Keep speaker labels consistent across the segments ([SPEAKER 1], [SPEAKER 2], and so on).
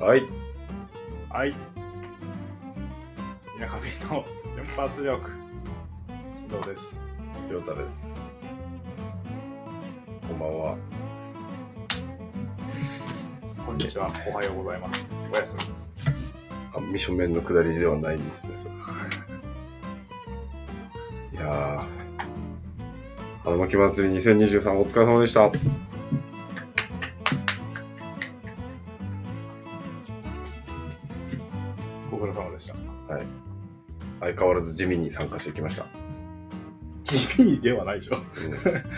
[SPEAKER 1] はい。
[SPEAKER 2] はい。田舎民の瞬発力。どうです。
[SPEAKER 1] りょうたです。こんばんは。
[SPEAKER 2] こんにちは。おはようございます。おやすみ。
[SPEAKER 1] あ、ミショ面の下りではないんですね、そ れいやー、花巻祭り2023お疲れ様でした。
[SPEAKER 2] ご苦労様でした。
[SPEAKER 1] 相変わらず地味に参加してきました。
[SPEAKER 2] 地味ではないでしょ。
[SPEAKER 1] うん、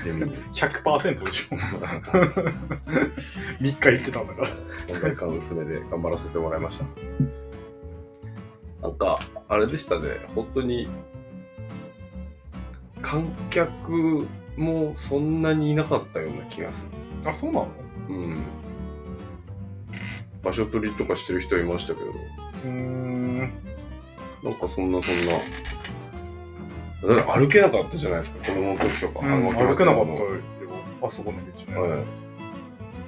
[SPEAKER 1] 地味に。
[SPEAKER 2] 100%でしょ。3日言ってたんだから。
[SPEAKER 1] 存在感薄めで頑張らせてもらいました。なんか、あれでしたね、本当に、観客もそんなにいなかったような気がす
[SPEAKER 2] あ、そうなの
[SPEAKER 1] る。うん。場所取りとかしてる人いましたけど、
[SPEAKER 2] うーん。
[SPEAKER 1] なんかそんなそんな。だって歩けなかったじゃないですか、子供の時とか。
[SPEAKER 2] うん
[SPEAKER 1] 花巻
[SPEAKER 2] 歩けなか
[SPEAKER 1] 祭
[SPEAKER 2] ったよ
[SPEAKER 1] り。
[SPEAKER 2] あそこの道ね。
[SPEAKER 1] のはい。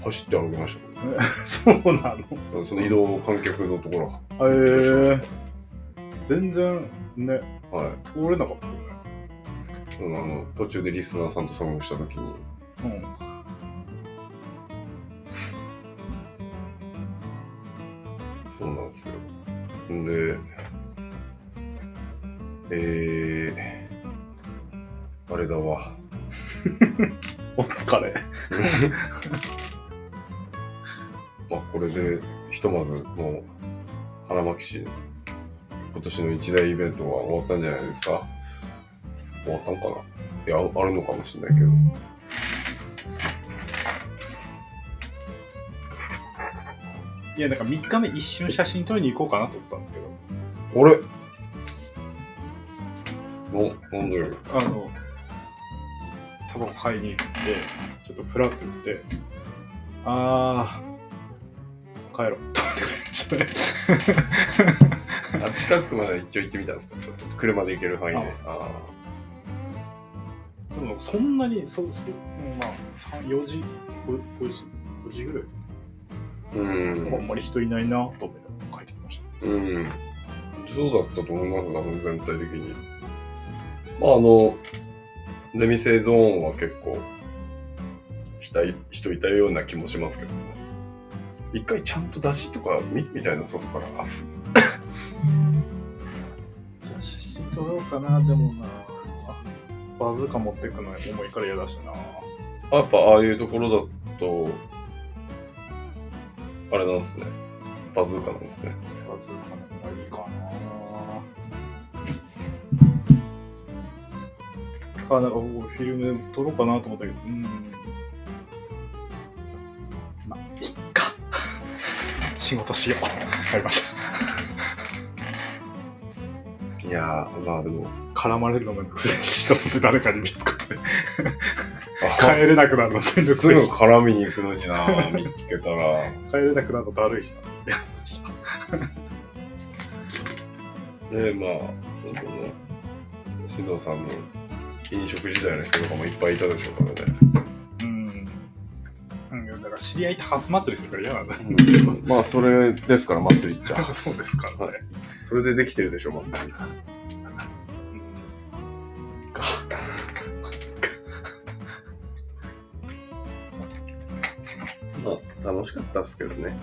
[SPEAKER 1] 走って歩きましたけ
[SPEAKER 2] そうなの。
[SPEAKER 1] どね。その移動観客のところ。
[SPEAKER 2] えー、全然ね、
[SPEAKER 1] はい。
[SPEAKER 2] 通れなかったよね。
[SPEAKER 1] あの途中でリスナーさんと遭遇した時に
[SPEAKER 2] うん。
[SPEAKER 1] そうなんですよんでえー、あれだわ
[SPEAKER 2] お疲れ。
[SPEAKER 1] まあこれでひとまずもう花巻市今年の一大イベントは終わったんじゃないですか終わったんかないやあるのかもしれないけど
[SPEAKER 2] いや、なんか3日目一瞬写真撮りに行こうかなと思ったんですけど、
[SPEAKER 1] あれおなんだよ
[SPEAKER 2] あの、タバコ買いに行って、ちょっとフラッと言って、あー、帰ろう。と思って帰りましたね。
[SPEAKER 1] あ近くまで一応行ってみたんですかちょっと車で行ける範囲であ
[SPEAKER 2] でもそんなに、そうそう、うんまあ、3 4時、5, 5時、5時ぐらい、
[SPEAKER 1] あうん
[SPEAKER 2] あんまり人いないなと思いながら帰ってきました。
[SPEAKER 1] うん。そうだったと思います、多分全体的に。まあ、あの、出店ゾーンは結構、人い人いたような気もしますけどね。一回ちゃんと出しとか見てみたいな、外から。
[SPEAKER 2] じゃあ写真撮ろうかな、でもな。バズーカ持ってくの重いから嫌だしな。
[SPEAKER 1] あやっぱああいうところだと、あれなんですね。バズーカなんですね。
[SPEAKER 2] バズーカの方がいいかな。か、なんか僕フィルム撮ろうかなと思ったけど、うん。まあ、いっか。仕事しよう。帰りました。
[SPEAKER 1] いやー、まあでも、
[SPEAKER 2] 絡まれるのめんどくせえし、と思って誰かに見つかって。帰
[SPEAKER 1] あ
[SPEAKER 2] れなくなるのめんどく
[SPEAKER 1] す
[SPEAKER 2] せ
[SPEAKER 1] ぐ
[SPEAKER 2] えし。
[SPEAKER 1] 絡みに行くのにな、見つけた ら。
[SPEAKER 2] 帰れなくなるのだるいしな。やめました。
[SPEAKER 1] でまあその進藤さんの飲食時代の人とかもいっぱいいたでしょうからね、
[SPEAKER 2] うん。うん、だから知り合いって初祭りするから嫌なんだ。
[SPEAKER 1] まあそれですから祭りっちゃ
[SPEAKER 2] そうですからね。
[SPEAKER 1] それでできてるでしょ祭り
[SPEAKER 2] うんか。
[SPEAKER 1] まあ楽しかったっすけどね、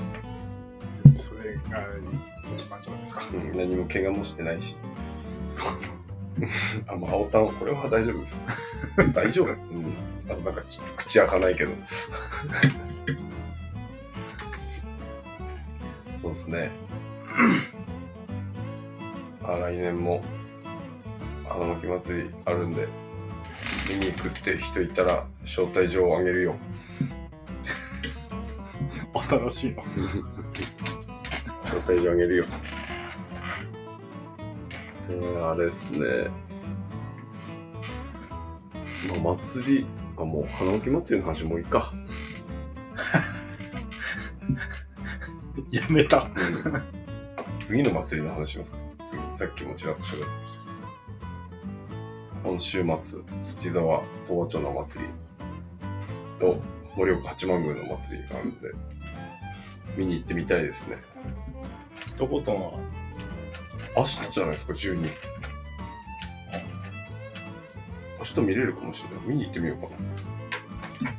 [SPEAKER 2] それが一番じゃないですか。
[SPEAKER 1] うん、何も怪我もしてないし あまあ青たんこれは大丈夫です大丈夫、うん、あとなんかちょっと口開かないけど そうですねあ来年も花巻祭りあるんで見に行くって人いたら招待状をあげるよ
[SPEAKER 2] 新しいの。
[SPEAKER 1] 招待状あげるよえー、あれですねまあ祭りあもう花置祭りの話もういいか
[SPEAKER 2] やめた。
[SPEAKER 1] 次の祭りの話しますか次さっきもちらっと喋ってましたけど今週末土沢東和町の祭りと盛岡八幡宮の祭りがあるんで見に行ってみたいですね
[SPEAKER 2] 一言は、
[SPEAKER 1] 明日じゃないですか12明日見れるかもしれない見に行ってみようかな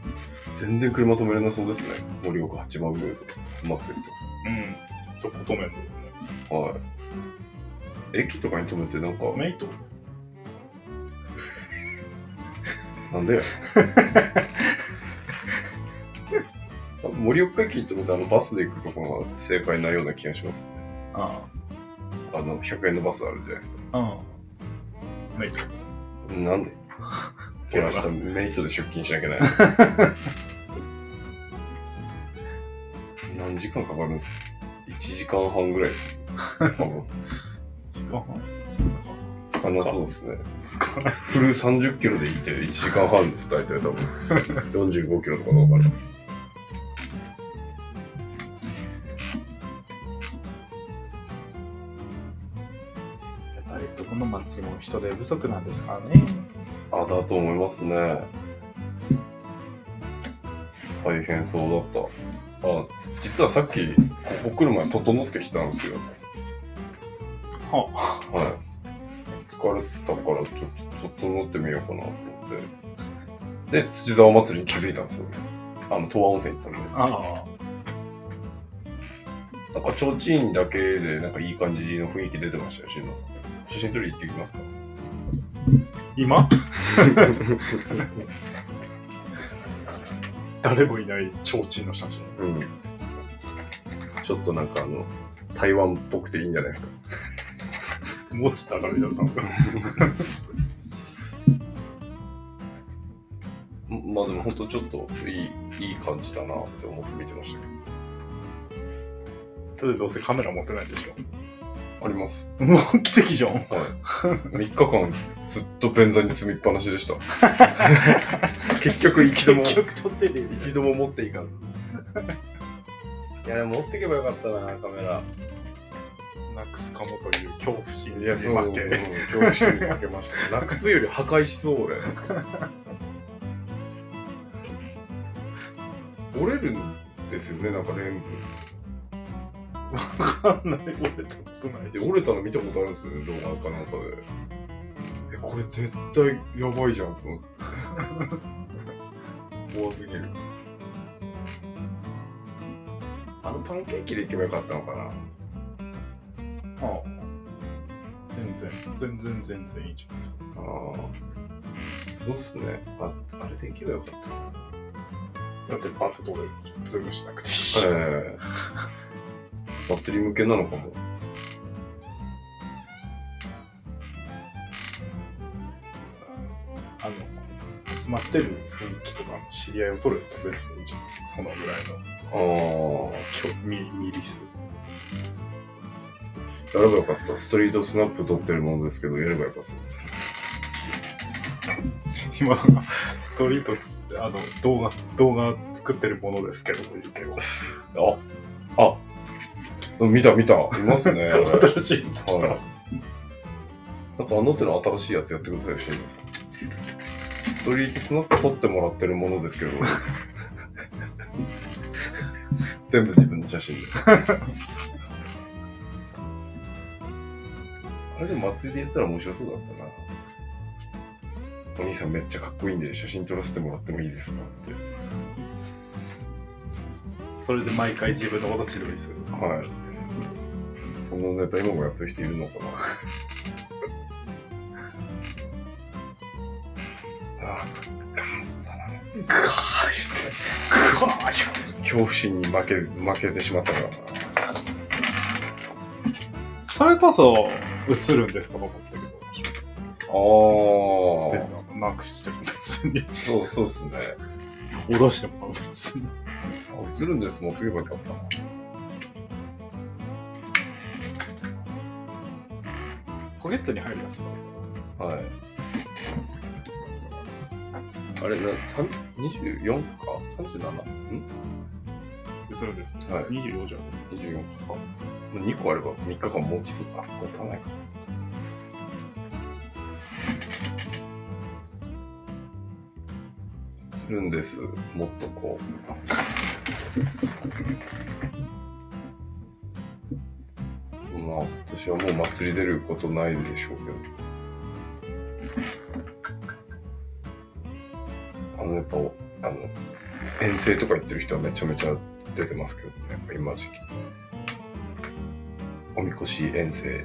[SPEAKER 1] 全然車止めれなそうですね盛岡八幡宮とかお祭りとか
[SPEAKER 2] うん、一言目ですよね。
[SPEAKER 1] はい。駅とかに止めて、なんか、
[SPEAKER 2] メイト
[SPEAKER 1] なんで 盛岡駅に止めて、あの、バスで行くとこが正解なような気がします。
[SPEAKER 2] あ
[SPEAKER 1] あの、100円のバスあるじゃないですか。
[SPEAKER 2] あ。うん。メイト。
[SPEAKER 1] なん で
[SPEAKER 2] ほ
[SPEAKER 1] 俺
[SPEAKER 2] ら
[SPEAKER 1] 明日メイトで出勤しなきゃない。何時間かかるんですか ?1 時間半ぐらいです。多分。
[SPEAKER 2] 時間半
[SPEAKER 1] つかなそうですね。
[SPEAKER 2] つかない。
[SPEAKER 1] フル30キロで行って1時間半です、大体多分。45キロとかかかる。
[SPEAKER 2] やっぱりどこの祭りも人手不足なんですからね。
[SPEAKER 1] あ、だと思いますね。大変そうだった。あ、実はさっき、ここ来る前、整ってきたんですよ。
[SPEAKER 2] は
[SPEAKER 1] はい。疲れたから、ちょっと、整ってみようかなと思って。で、土沢祭りに気づいたんですよ。あの、東和温泉行ったんで。
[SPEAKER 2] あ
[SPEAKER 1] なんか、提灯だけで、なんかいい感じの雰囲気出てましたよ、新野さん。写真撮り行ってきますか
[SPEAKER 2] あ。今誰もいない提灯の写真。
[SPEAKER 1] うん。ちょっとなんかあの、台湾っぽくていいんじゃないですか。
[SPEAKER 2] 持ちたがりだったのか。
[SPEAKER 1] んまあでも本当ちょっといい、いい感じだなって思って見てましたけ
[SPEAKER 2] ただどうせカメラ持ってないでし
[SPEAKER 1] ど。あります。
[SPEAKER 2] ょ。もう奇跡じゃん。
[SPEAKER 1] はい。3日間ずっと便座に住みっぱなしで した。結局一度も、
[SPEAKER 2] 結局撮ってねえじ
[SPEAKER 1] 一度も持っていかず。いやでも持ってけばよかったな、カメラ。
[SPEAKER 2] ゃん。なくすかもという恐怖心
[SPEAKER 1] い
[SPEAKER 2] に
[SPEAKER 1] や、そう、
[SPEAKER 2] 負
[SPEAKER 1] うん
[SPEAKER 2] け。
[SPEAKER 1] 恐怖心に負けました。なくすより破壊しそう、俺。折れるんですよね、なんかレンズ。
[SPEAKER 2] わかんない。俺撮ってない
[SPEAKER 1] で
[SPEAKER 2] で
[SPEAKER 1] 折れたの見たことあるんですよね、動画かなんかで。え、これ絶対やばいじゃんと思って。 怖すぎる。あのパンケーキでいけばよかったのかな。
[SPEAKER 2] ああ全然、全然、全然いいじゃん。
[SPEAKER 1] ああ。そうっすね。ああれでいけばよかった。
[SPEAKER 2] だってパッと撮れる。ズームしなくていいし。
[SPEAKER 1] ええ祭り向けなのかも。
[SPEAKER 2] あの、集まってる雰囲気とかの知り合いを取ると別にいいじゃん。そのぐらい
[SPEAKER 1] あ
[SPEAKER 2] の
[SPEAKER 1] あ。
[SPEAKER 2] 興味、ミリ数。
[SPEAKER 1] やればよかった。ストリートスナップ撮ってるものですけど、やればよかったです。
[SPEAKER 2] 今なんか、ストリート、あの、動画、動画作ってるものですけど、言うけど。
[SPEAKER 1] ああ見た見た。います ね。
[SPEAKER 2] 新しいやつ来た。
[SPEAKER 1] はいなんかあの手の新しいやつやってください、シンさん。ストリートスナップ撮ってもらってるものですけど。全部自分の写真で。あれでも祭りでやったら面白そうだったな。お兄さんめっちゃかっこいいんで写真撮らせてもらってもいいですかって。
[SPEAKER 2] それで毎回自分のこと千鳥する。
[SPEAKER 1] はい。そんなネタ今もやってる人いるのかな ああ、かそうだな。
[SPEAKER 2] ガーッガーッ
[SPEAKER 1] 恐怖心に負け、負けてしまったからな。
[SPEAKER 2] それこそ、映るんですとか思ったけ
[SPEAKER 1] あ
[SPEAKER 2] ど、別になくしても別に、
[SPEAKER 1] そう、そうっすね。
[SPEAKER 2] 脅しても別に。
[SPEAKER 1] 映るんです、持ってけばよかったな。
[SPEAKER 2] ポケットに入るやつだ
[SPEAKER 1] はい。あれ、な、三、24か ?37? ん
[SPEAKER 2] するんです。
[SPEAKER 1] はい
[SPEAKER 2] 24じゃん。
[SPEAKER 1] 24個とか。2個あれば3日間持ちそうか。持たないか。するんです。もっとこう。 まあ、今年はもう祭り出ることないでしょうけど。あの、やっぱ、あの、遠征とか行ってる人はめちゃめちゃ出てますけどね、やっぱ今時期。おみこし遠征。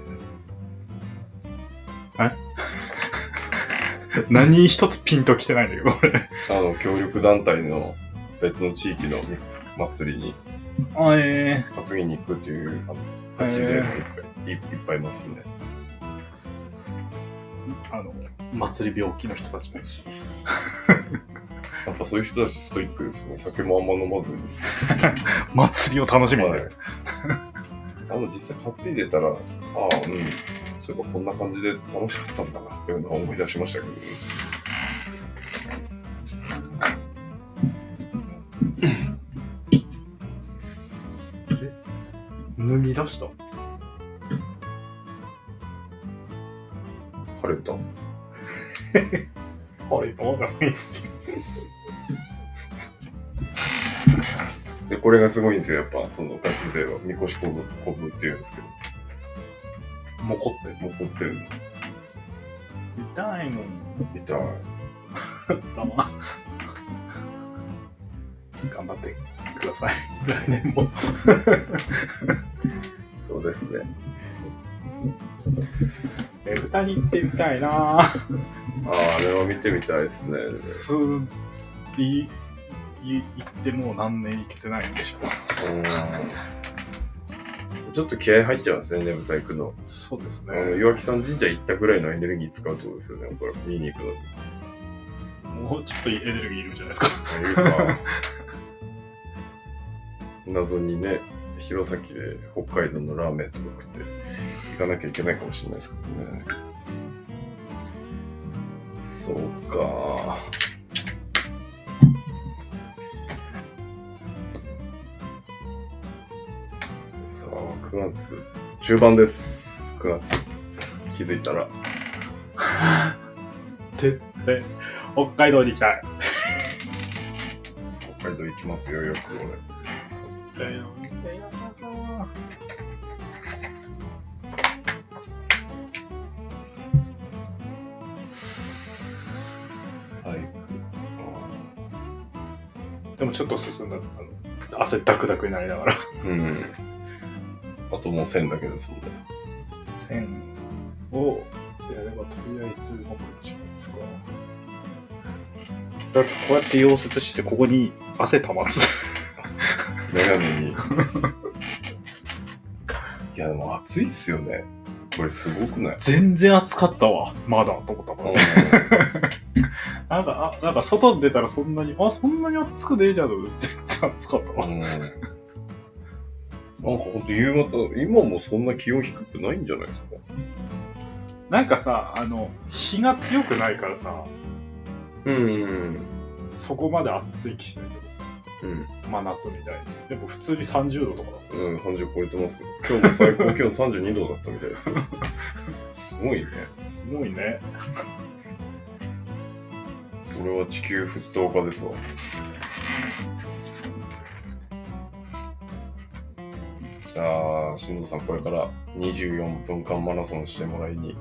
[SPEAKER 2] 何一つピンときてないんだけど、これ。
[SPEAKER 1] あの、協力団体の別の地域のみ祭りに
[SPEAKER 2] あえ
[SPEAKER 1] 担ぎに行くっていう、あの、
[SPEAKER 2] へー
[SPEAKER 1] ガチ勢がいっぱいいいっぱいいますね。
[SPEAKER 2] あの、祭り病気の人たちね。
[SPEAKER 1] やっぱそういう人たちストイックですよね。酒もあんま飲まずに。
[SPEAKER 2] 祭りを楽しみにな
[SPEAKER 1] はい
[SPEAKER 2] る。
[SPEAKER 1] あの、実際担いでたら、ああ、うん。そういえばこんな感じで楽しかったんだなっていうのは思い出しましたけど、ね、
[SPEAKER 2] 脱ぎ出した
[SPEAKER 1] 晴れた。
[SPEAKER 2] あれ、どうだいいっすよ。
[SPEAKER 1] で、これがすごいんですよ。やっぱ、そのガチ勢は、みこしこぶ、こぶっていうんですけど。
[SPEAKER 2] もこって。
[SPEAKER 1] 残ってるの
[SPEAKER 2] 痛いのに。
[SPEAKER 1] みたい。
[SPEAKER 2] だな。 頑張ってください。来年 も。
[SPEAKER 1] そうですね。
[SPEAKER 2] ねぶたに行ってみたいなぁ。
[SPEAKER 1] ああ、あれは見てみたいですね。
[SPEAKER 2] す、い、い、行ってもう何年行けてないんでしょ
[SPEAKER 1] うんちょっと気合入っちゃいますね、ねぶた行くの。
[SPEAKER 2] そうです
[SPEAKER 1] あの、岩木さん神社行ったぐらいのエネルギー使うってことですよね、おそらく見に行くのに。
[SPEAKER 2] もうちょっとエネルギーいるんじゃないですか。
[SPEAKER 1] というか、謎にね、弘前で北海道のラーメンとか食って行かなきゃいけないかもしれないですけどね。そうか。さあ、9月、中盤です。9月。気づいたら。
[SPEAKER 2] 絶対、北海道に行きたい。
[SPEAKER 1] 北海道行きますよ、よく俺。
[SPEAKER 2] 北海道行きたいな
[SPEAKER 1] はい。
[SPEAKER 2] でもちょっと進んだ。あの汗ダクダクになりながら。
[SPEAKER 1] うん。あともう1000だけですもんね。
[SPEAKER 2] 線をやればとりあえずうまくいくじゃないですかだってこうやって溶接してここに汗溜まつ
[SPEAKER 1] 悩 みに。いや、でも暑いっすよね。これすごくない
[SPEAKER 2] 全然暑かったわまだと思ったもんなんかあなんか外に出たらそんなにあそんなに暑くねえじゃんと思って全然暑かった
[SPEAKER 1] う
[SPEAKER 2] わ
[SPEAKER 1] ん。なんかほんと夕方、今もそんな気温低くないんじゃないですか
[SPEAKER 2] なんかさあの日が強くないからさ
[SPEAKER 1] うん。
[SPEAKER 2] そこまで暑い気しないけど
[SPEAKER 1] うん。
[SPEAKER 2] さ真夏みたいにでも普通に30度とかだ
[SPEAKER 1] うん、30超えてますよ。今日も最高気温32度だったみたいですよ。すごいね。
[SPEAKER 2] すごいね
[SPEAKER 1] 俺は地球沸騰化ですわ。じゃあ、しんどさん、これから24分間マラソンしてもらいに。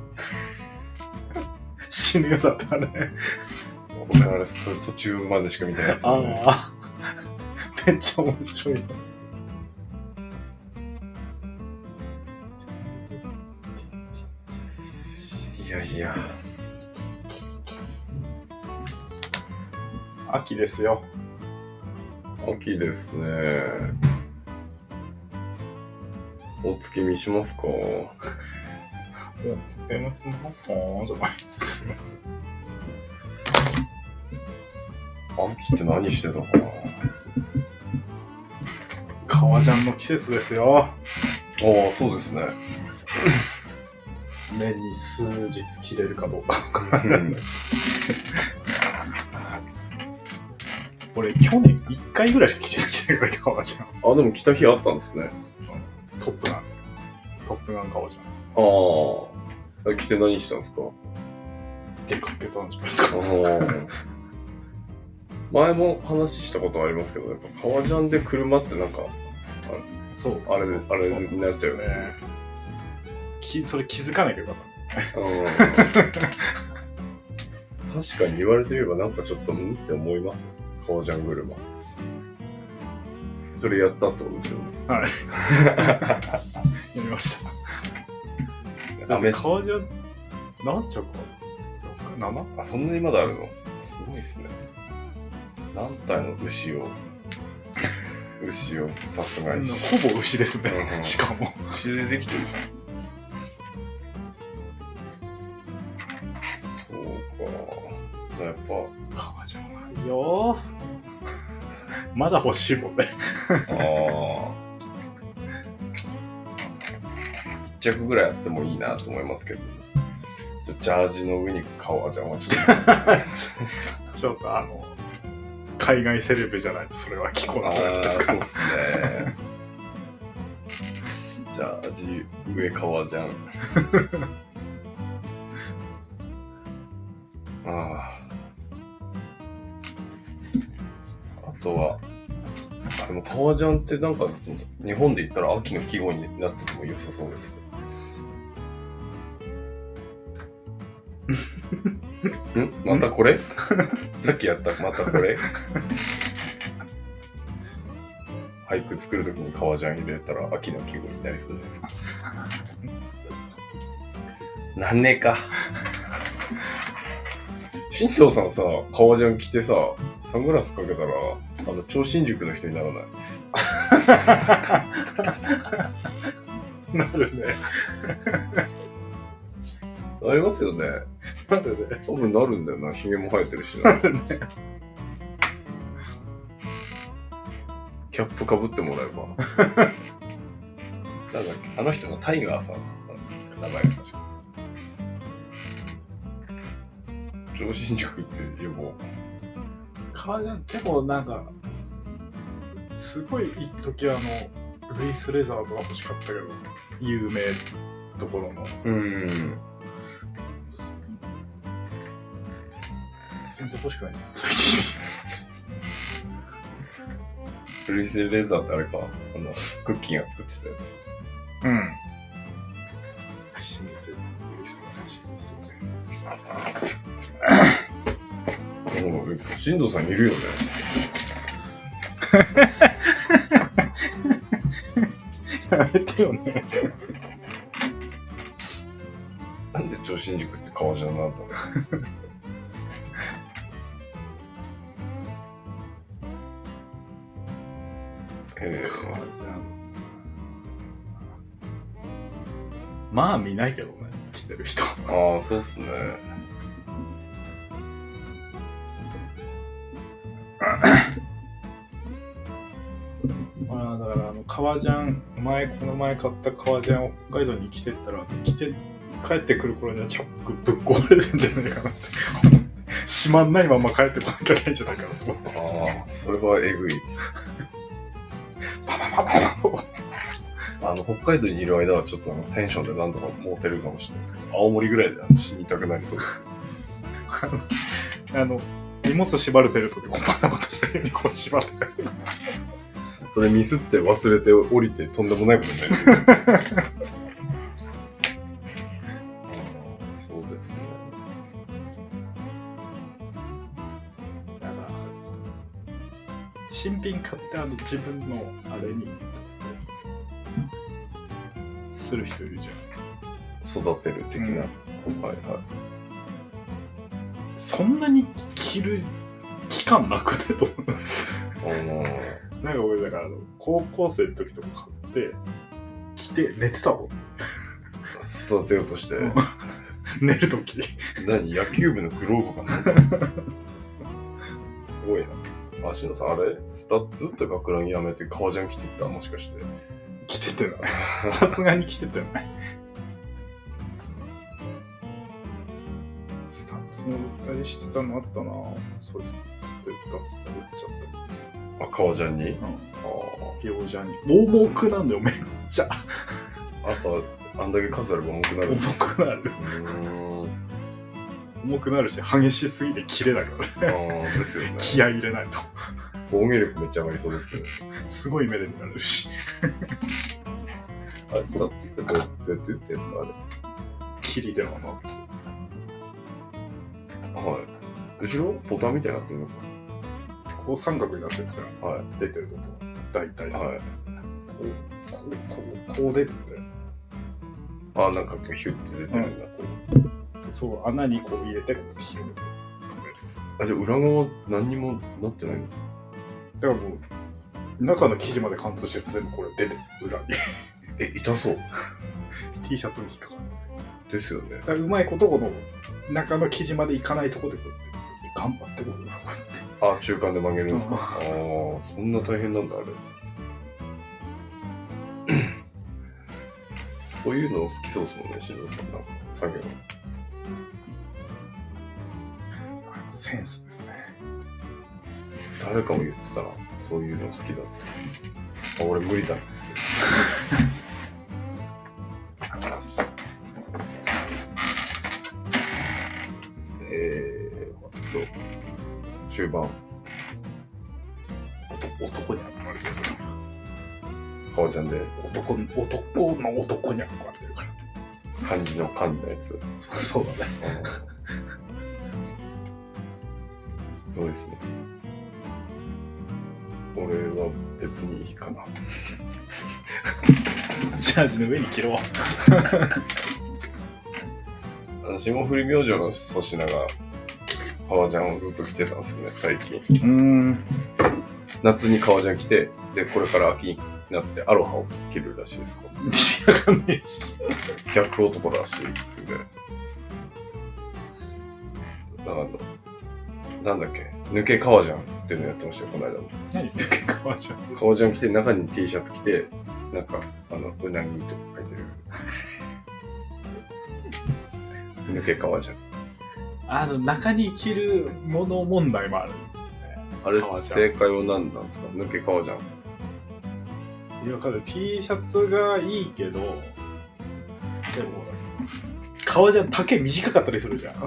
[SPEAKER 2] 死ぬよだったね
[SPEAKER 1] 僕はあれ、それ途中までしか見てないですよね。
[SPEAKER 2] ああ、めっちゃ面白いな。
[SPEAKER 1] いやいや、
[SPEAKER 2] 秋ですよ。
[SPEAKER 1] 秋ですね。お月見しますか
[SPEAKER 2] もう、つってのじゃないっす。
[SPEAKER 1] 秋って何してたかな
[SPEAKER 2] 革ジャンの季節ですよ。
[SPEAKER 1] ああ、そうですね。
[SPEAKER 2] 年に数日着れるかどうか。
[SPEAKER 1] うん
[SPEAKER 2] 俺、去年1回ぐらいしか来てないんじゃないかな、革ジャン。
[SPEAKER 1] あ、でも来た日あったんですね。
[SPEAKER 2] トップガン。トップガン革ジャン。
[SPEAKER 1] ああ。来て何したんですか
[SPEAKER 2] 出かけたんじゃないですか。
[SPEAKER 1] あの前も話したことありますけど、やっぱ革ジャンで車ってなんか、
[SPEAKER 2] そう。
[SPEAKER 1] あれ
[SPEAKER 2] そう
[SPEAKER 1] あれ
[SPEAKER 2] そう
[SPEAKER 1] になっちゃいますね
[SPEAKER 2] ねきそれ気づかなきゃよかっ
[SPEAKER 1] うん確かに言われてみればなんかちょっと、んって思います。革ジャン車。それやったってことですよね。
[SPEAKER 2] た。やりました。
[SPEAKER 1] あ、め
[SPEAKER 2] 革ジャン、何着か ?7?
[SPEAKER 1] あ、そんなにまだあるのすごいっすね。何体の牛を、牛を殺害し、
[SPEAKER 2] ほぼ牛ですね
[SPEAKER 1] う。ん
[SPEAKER 2] しかも。
[SPEAKER 1] 牛でできてるじゃん。そうか。やっ
[SPEAKER 2] 革ジャンないよ。まだ欲しいも んね。
[SPEAKER 1] ぱ、ああ。一着ぐらいあってもいいなと思いますけど、ちょジャージの上に革ジャンはちょっと。
[SPEAKER 2] ちょっとあの、海外セレブじゃないとそれは着こな
[SPEAKER 1] あ
[SPEAKER 2] くなるんです
[SPEAKER 1] ーそ
[SPEAKER 2] か
[SPEAKER 1] うっ
[SPEAKER 2] ら。
[SPEAKER 1] すね。じゃあ、味、上川 じゃん。ああ。あとは、あでも革ジャンってなんか、日本で言ったら秋の季語になってても良さそう ですね。んまたこれ さっきやった、またこれ俳句作るときに革ジャン入れたら秋の季語になりそうじゃないですか。なんねえか。新藤さんさ、革ジャン着てさ、サングラスかけたら、あの、超新宿の人にならない。
[SPEAKER 2] なるね。
[SPEAKER 1] なりますよね。
[SPEAKER 2] なるね。
[SPEAKER 1] 多分なるんだよな。ヒゲも生えてるしな。キャップかぶってもらえば。なんだっけあの人がタイガーさんなんですよ。名前が確か。上新宿って呼ぼう。
[SPEAKER 2] 革ジャン、結構なんか、すごい一時あの、ルイスレザーとか欲しかったけど、有名ところの。
[SPEAKER 1] うん。
[SPEAKER 2] 全然欲しくないね。
[SPEAKER 1] ルイス・レーザーってあれか、あの、クッキーが作ってたやつ。
[SPEAKER 2] うん。清水ルイスレ
[SPEAKER 1] 新藤さんいるよね。
[SPEAKER 2] ザー。やめてよね。
[SPEAKER 1] なんで超新塾って革ジャンなん だろう。えー、
[SPEAKER 2] まあ見ないけどね、来てる人。
[SPEAKER 1] ああ、そうっすね。
[SPEAKER 2] まあだからあの革ジャン、前、この前買った革ジャンを北海道に着てったら、着て、帰ってくる頃にはチャックぶっ壊れてんじゃないかなって。閉まんないまま帰ってこなきゃいけないんじゃないかなと思って。
[SPEAKER 1] ああ、それはえぐい。
[SPEAKER 2] パパパパパ
[SPEAKER 1] あの、北海道にいる間はちょっとあのテンションで何とかモテるかもしれないですけど、青森ぐらいであの死にたくなりそうです。
[SPEAKER 2] あの、荷物縛るベルトでこうバタバタしてるようにこう縛る。
[SPEAKER 1] それミスって忘れて降りてとんでもないことになりそううんそうですね。
[SPEAKER 2] だから新品買ってあの自分のあれにする人いるじゃん
[SPEAKER 1] 育てる的な。はいはい。
[SPEAKER 2] そんなに着る期間なくねと思
[SPEAKER 1] あのー
[SPEAKER 2] うなんか俺だからあの高校生の時とか買って着て寝てたもん、
[SPEAKER 1] 育てようとして、
[SPEAKER 2] 寝る時
[SPEAKER 1] 何野球部のグローブかなんかすごいな。足野さん、あれスタッツって学ランやめて革ジャン着てったもしかして。
[SPEAKER 2] 着ててないさすがに着ててないスタンスの売ったりしてたのあったなそうですスってガツって打っちゃった
[SPEAKER 1] あ、革ジャンに
[SPEAKER 2] り、うん
[SPEAKER 1] ああ。
[SPEAKER 2] 行者に盲目なんだよめっちゃ
[SPEAKER 1] やっぱ、あんだけ数あれば重くなる。
[SPEAKER 2] 重
[SPEAKER 1] う
[SPEAKER 2] くなる
[SPEAKER 1] ーん。
[SPEAKER 2] 重くなるし激しすぎて切れなくなる
[SPEAKER 1] ああ、ですよ ね。
[SPEAKER 2] 気合い入れないと
[SPEAKER 1] 防御力めっちゃ上がりそうですけど。
[SPEAKER 2] すごい目で見られるし
[SPEAKER 1] あれ、スタッツってどうどうやって言ってんすかあれ。
[SPEAKER 2] キリではなく
[SPEAKER 1] はい。後ろボタンみたいになってるのか
[SPEAKER 2] こう三角になってるから
[SPEAKER 1] はい。
[SPEAKER 2] 出てるとこ大体さ、
[SPEAKER 1] はい。
[SPEAKER 2] こうこうこうこう出てる
[SPEAKER 1] あ、なんかこうヒュッて出てるんだ。こ
[SPEAKER 2] そう穴にこう入れてこう広げて
[SPEAKER 1] うあ、じゃあ裏側何にもなってないの
[SPEAKER 2] だからもう中の生地まで貫通してると全部これ出てる裏に
[SPEAKER 1] え、痛そう。
[SPEAKER 2] T シャツに引っかかる
[SPEAKER 1] ですよね
[SPEAKER 2] だ。からうまいことこの中の生地までいかないとこでこうやって頑張ってこうそこやって
[SPEAKER 1] あ、中間で曲げるんですか。
[SPEAKER 2] うん
[SPEAKER 1] ああー、そんな大変なんだ、あ れ。そういうの好きそうですもんね、新郎さんが。作業。
[SPEAKER 2] あセンスですね
[SPEAKER 1] 誰かも言ってたな。そういうの好きだって。あ、俺無理だ。 えー、えっと、中盤、
[SPEAKER 2] 男男に憧れてるから
[SPEAKER 1] 革ジャンで、
[SPEAKER 2] 男男の男に憧れてるから
[SPEAKER 1] 漢字の漢のやつ。
[SPEAKER 2] そうそうだね
[SPEAKER 1] そうですね。俺は別にいいかな。
[SPEAKER 2] ジャージの上に着ろ
[SPEAKER 1] あの霜降り明星の粗品が革ジャンをずっと着てたんですよね、最近。
[SPEAKER 2] ううん
[SPEAKER 1] 夏に革ジャン着て、で、これから秋になってアロハを着るらしいです。こう
[SPEAKER 2] 意味わかんねえし
[SPEAKER 1] 逆男らしいんで。あの、なんだっけ、抜け革ジャンっていうのやってましたよ、この間も。
[SPEAKER 2] 何抜け革ジャン
[SPEAKER 1] 革ジャン着て、中に T シャツ着て、なんか、あの、うなぎとか書いて る。抜け革ジャン。
[SPEAKER 2] あの中に着るもの問題もある
[SPEAKER 1] あれ、
[SPEAKER 2] 革ジャン
[SPEAKER 1] 正解は何なんですか抜け革ジャン。
[SPEAKER 2] いやわかる T シャツがいいけどでも革ジャン丈短かったりするじゃん
[SPEAKER 1] あ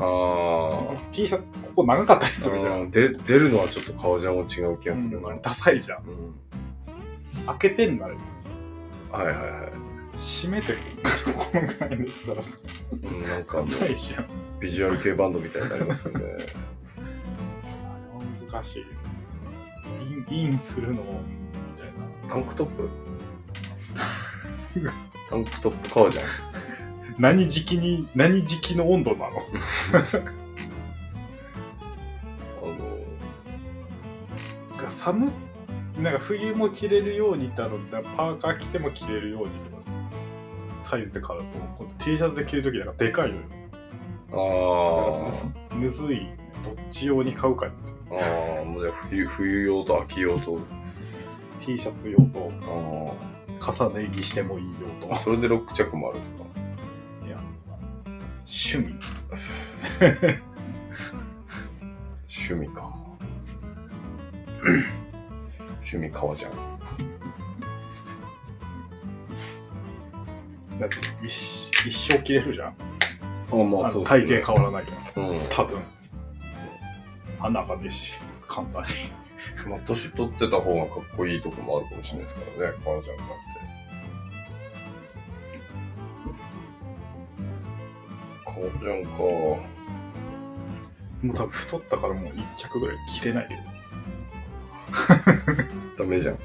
[SPEAKER 2] T シャツここ長かったりするじゃ
[SPEAKER 1] あ。
[SPEAKER 2] ん
[SPEAKER 1] うんで出るのはちょっと革ジャンは違う気がするな。
[SPEAKER 2] ダサいじゃん
[SPEAKER 1] うん
[SPEAKER 2] 開けてんならいい
[SPEAKER 1] はいはいはい。
[SPEAKER 2] 閉めてこのぐらいで言ったらさ
[SPEAKER 1] うんなんかあの
[SPEAKER 2] ダサいじゃん
[SPEAKER 1] ビジュアル系バンドみたいになりますよね。
[SPEAKER 2] あれは難しいインインするのもみたい
[SPEAKER 1] タンクトッ プタンクトップ革ジャン。
[SPEAKER 2] な何時期に何時期の温度なの
[SPEAKER 1] あの、
[SPEAKER 2] が寒っなんか冬も着れるようにってあのだからパーカー着ても着れるようにとかサイズで買うとこの T シャツで着るときなんかでかいのよ
[SPEAKER 1] ああ。
[SPEAKER 2] むずいどっち用に買うかによって
[SPEAKER 1] ああ、もうじゃあ冬冬用と秋用と、
[SPEAKER 2] T シャツ用と
[SPEAKER 1] あ
[SPEAKER 2] 重ね着してもいい用と
[SPEAKER 1] あ、それで6着もあるんですか。
[SPEAKER 2] いや趣味
[SPEAKER 1] 趣味 か。趣味革ジャン。
[SPEAKER 2] だって一一生着れるじゃん、
[SPEAKER 1] あま
[SPEAKER 2] あの体型変わらないから
[SPEAKER 1] 変うん。
[SPEAKER 2] 多分穴がねえし簡単に
[SPEAKER 1] まあ、年取ってた方がかっこいいとこもあるかもしれないですからね、革ジャンなんて。革ジャンか。
[SPEAKER 2] もう多分太ったからもう一着ぐらい着れないけど
[SPEAKER 1] ダメじゃん。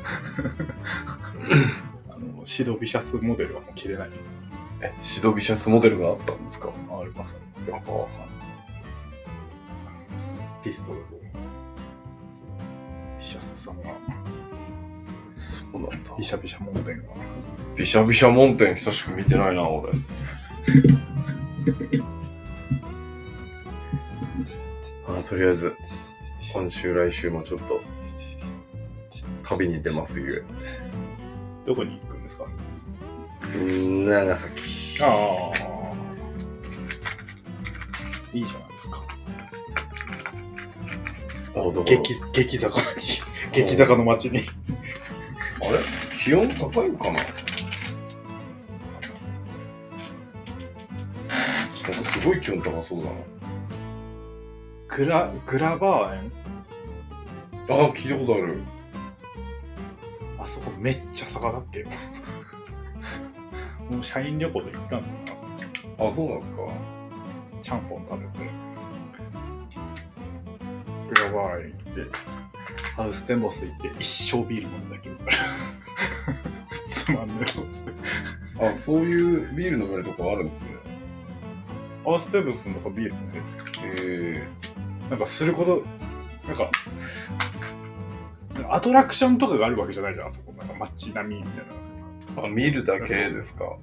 [SPEAKER 2] あのシドビシャスモデルはもう着れないけど
[SPEAKER 1] え、シドビシャスモデルがあったんですか
[SPEAKER 2] あります
[SPEAKER 1] やっぱ
[SPEAKER 2] ピストルとビシャスさんが
[SPEAKER 1] そうなんだ
[SPEAKER 2] ビ。シャビシャモンテンが
[SPEAKER 1] ビシャビシャモンテン久しく見てないな、俺。 あとりあえず、今週来週もちょっと、旅に出ますゆ
[SPEAKER 2] どこに行くんですか
[SPEAKER 1] え。うーん、長崎。
[SPEAKER 2] ああいいじゃないですか
[SPEAKER 1] ああ、ほど
[SPEAKER 2] 激激坂に、激坂の街に。
[SPEAKER 1] あれ気温高いのかななんかすごい気温高そうだ
[SPEAKER 2] グラ、グラバー園
[SPEAKER 1] な。ああ、聞いたことある。
[SPEAKER 2] あそこめっちゃ坂だって。 もう社員旅行で行ったんだよな
[SPEAKER 1] あ、そうなんですか。
[SPEAKER 2] ちゃんぽん食べて。グラバー園行って、ハウステンボス行って、一生ビール飲んだけど。 つまんねえぞつって。
[SPEAKER 1] あ、そういうビール飲めるとこあるんですね。
[SPEAKER 2] ハウステンボスの方ビール飲んで
[SPEAKER 1] え
[SPEAKER 2] なんかすること、なんか、アトラクションとかがあるわけじゃないじゃん、あそこ。なんか街並みみたいなのが。
[SPEAKER 1] えあ、見るだけですか。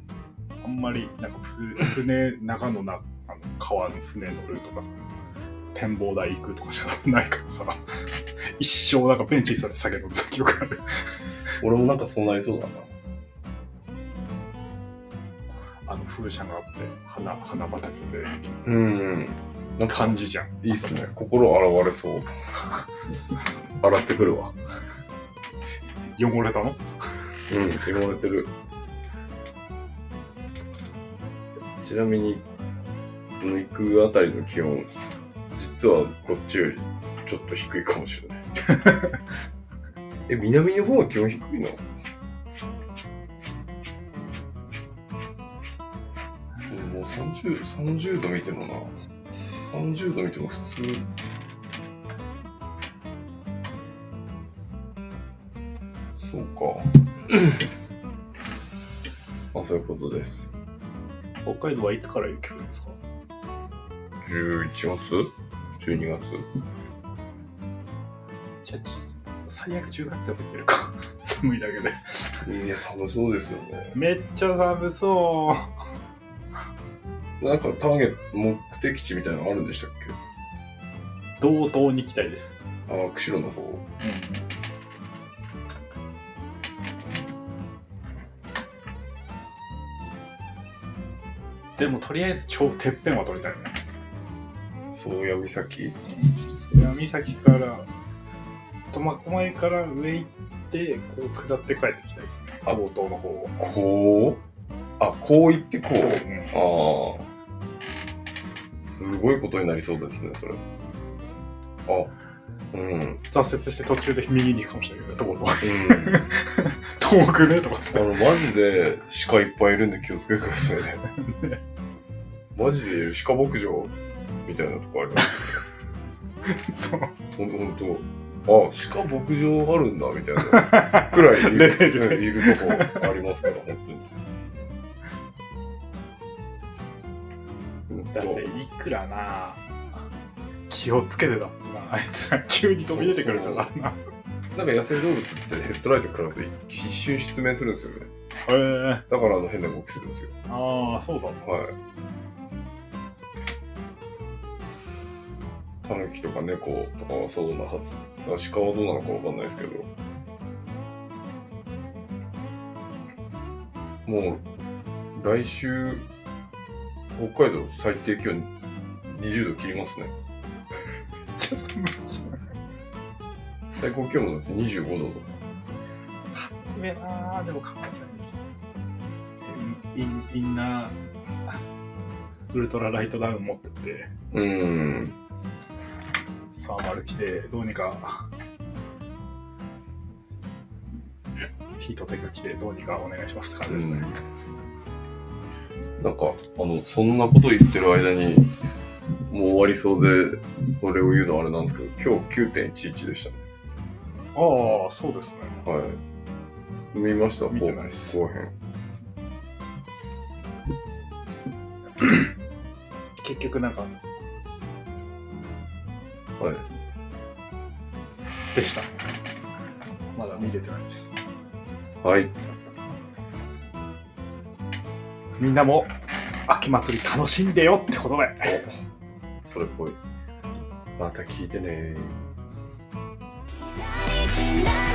[SPEAKER 2] あんまり、なんかふ、船、中のな、あの川の船乗るとかさ、展望台行くとかしかないからさ、一生なんかベンチに座って酒飲んでた記憶がある。
[SPEAKER 1] 俺もなんかそうなりそうだな。
[SPEAKER 2] あの風車があって、花、花畑で、
[SPEAKER 1] うん。なんか
[SPEAKER 2] 感じじゃん。
[SPEAKER 1] いいっすね。心洗われそう。 洗ってくるわ。
[SPEAKER 2] 汚れたの
[SPEAKER 1] うん、汚れてる。ちなみに、その行くあたりの気温、実はこっちよりちょっと低いかもしれない。え、南の方は気温低いのでももう30、30度見てもな、30度見ても普通。そうか。まあそういうことです。
[SPEAKER 2] 北海道はいつから雪降るんですか
[SPEAKER 1] 11月 ?12 月
[SPEAKER 2] じゃあ、最悪10月で降ってるか。 寒いだけで。
[SPEAKER 1] いや、寒そうですよね。
[SPEAKER 2] めっちゃ寒そう。
[SPEAKER 1] なんかターゲット、目的地みたいなのあるんでしたっけ
[SPEAKER 2] 道東に行きたいです。
[SPEAKER 1] ああ、釧路の方。
[SPEAKER 2] でもとりあえず超てっぺんは取りたいね。
[SPEAKER 1] 宗谷岬
[SPEAKER 2] 南岬から苫小牧から上行ってこう下って帰ってきたいですね。
[SPEAKER 1] あ
[SPEAKER 2] 冒頭の方を。
[SPEAKER 1] こうあ、こう行ってこ
[SPEAKER 2] うん
[SPEAKER 1] う。ああ。すごいことになりそうですね、それ。あ、うん。うん。
[SPEAKER 2] 挫折して途中で右に行くかもしれないけど、どこ遠くねとか
[SPEAKER 1] あ
[SPEAKER 2] さ。
[SPEAKER 1] の、マジで鹿いっぱいいるんで気をつけてくださいね。 マジで鹿牧場みたいなとこあります。
[SPEAKER 2] そう。
[SPEAKER 1] ほんほんと、あ、鹿牧場あるんだ、みたい な。くらいいる
[SPEAKER 2] レベルで
[SPEAKER 1] うんいるとこありますから、本当に。
[SPEAKER 2] だっていくらな気をつけてだってな、あいつら急に飛び出てくるから
[SPEAKER 1] な
[SPEAKER 2] な。
[SPEAKER 1] んか野生動物ってヘッドライト食らって一瞬失明するんですよね。
[SPEAKER 2] へえ
[SPEAKER 1] だからあの変な動きするんですよ。
[SPEAKER 2] ああ、そうだ。
[SPEAKER 1] はい。タヌキとか猫とかはそうなはず。まあ鹿はどうなのかわかんないですけど。もう、来週、北海道最低気温20度切りますね。
[SPEAKER 2] めっちゃ寒いじゃん。
[SPEAKER 1] 最高気温もだって25度とか。
[SPEAKER 2] 寒いなあでもかわいインインナーウルトラライトダウン持ってって
[SPEAKER 1] うーん。
[SPEAKER 2] サーマル着てどうにかヒートテック着てどうにかお願いしますって感じですね、
[SPEAKER 1] なんか、あの、そんなこと言ってる間に、もう終わりそうで、これを言うのはあれなんですけど、今日9.11でしたね。
[SPEAKER 2] ああそうですね
[SPEAKER 1] はい。見ました
[SPEAKER 2] 見てないっす
[SPEAKER 1] 後後編。
[SPEAKER 2] 結局なんか
[SPEAKER 1] はい。
[SPEAKER 2] でしたまだ見れてないです
[SPEAKER 1] はい。
[SPEAKER 2] みんなも秋祭り楽しんでよってことで
[SPEAKER 1] おそれっぽい。また聞いてね
[SPEAKER 3] 「泣いてない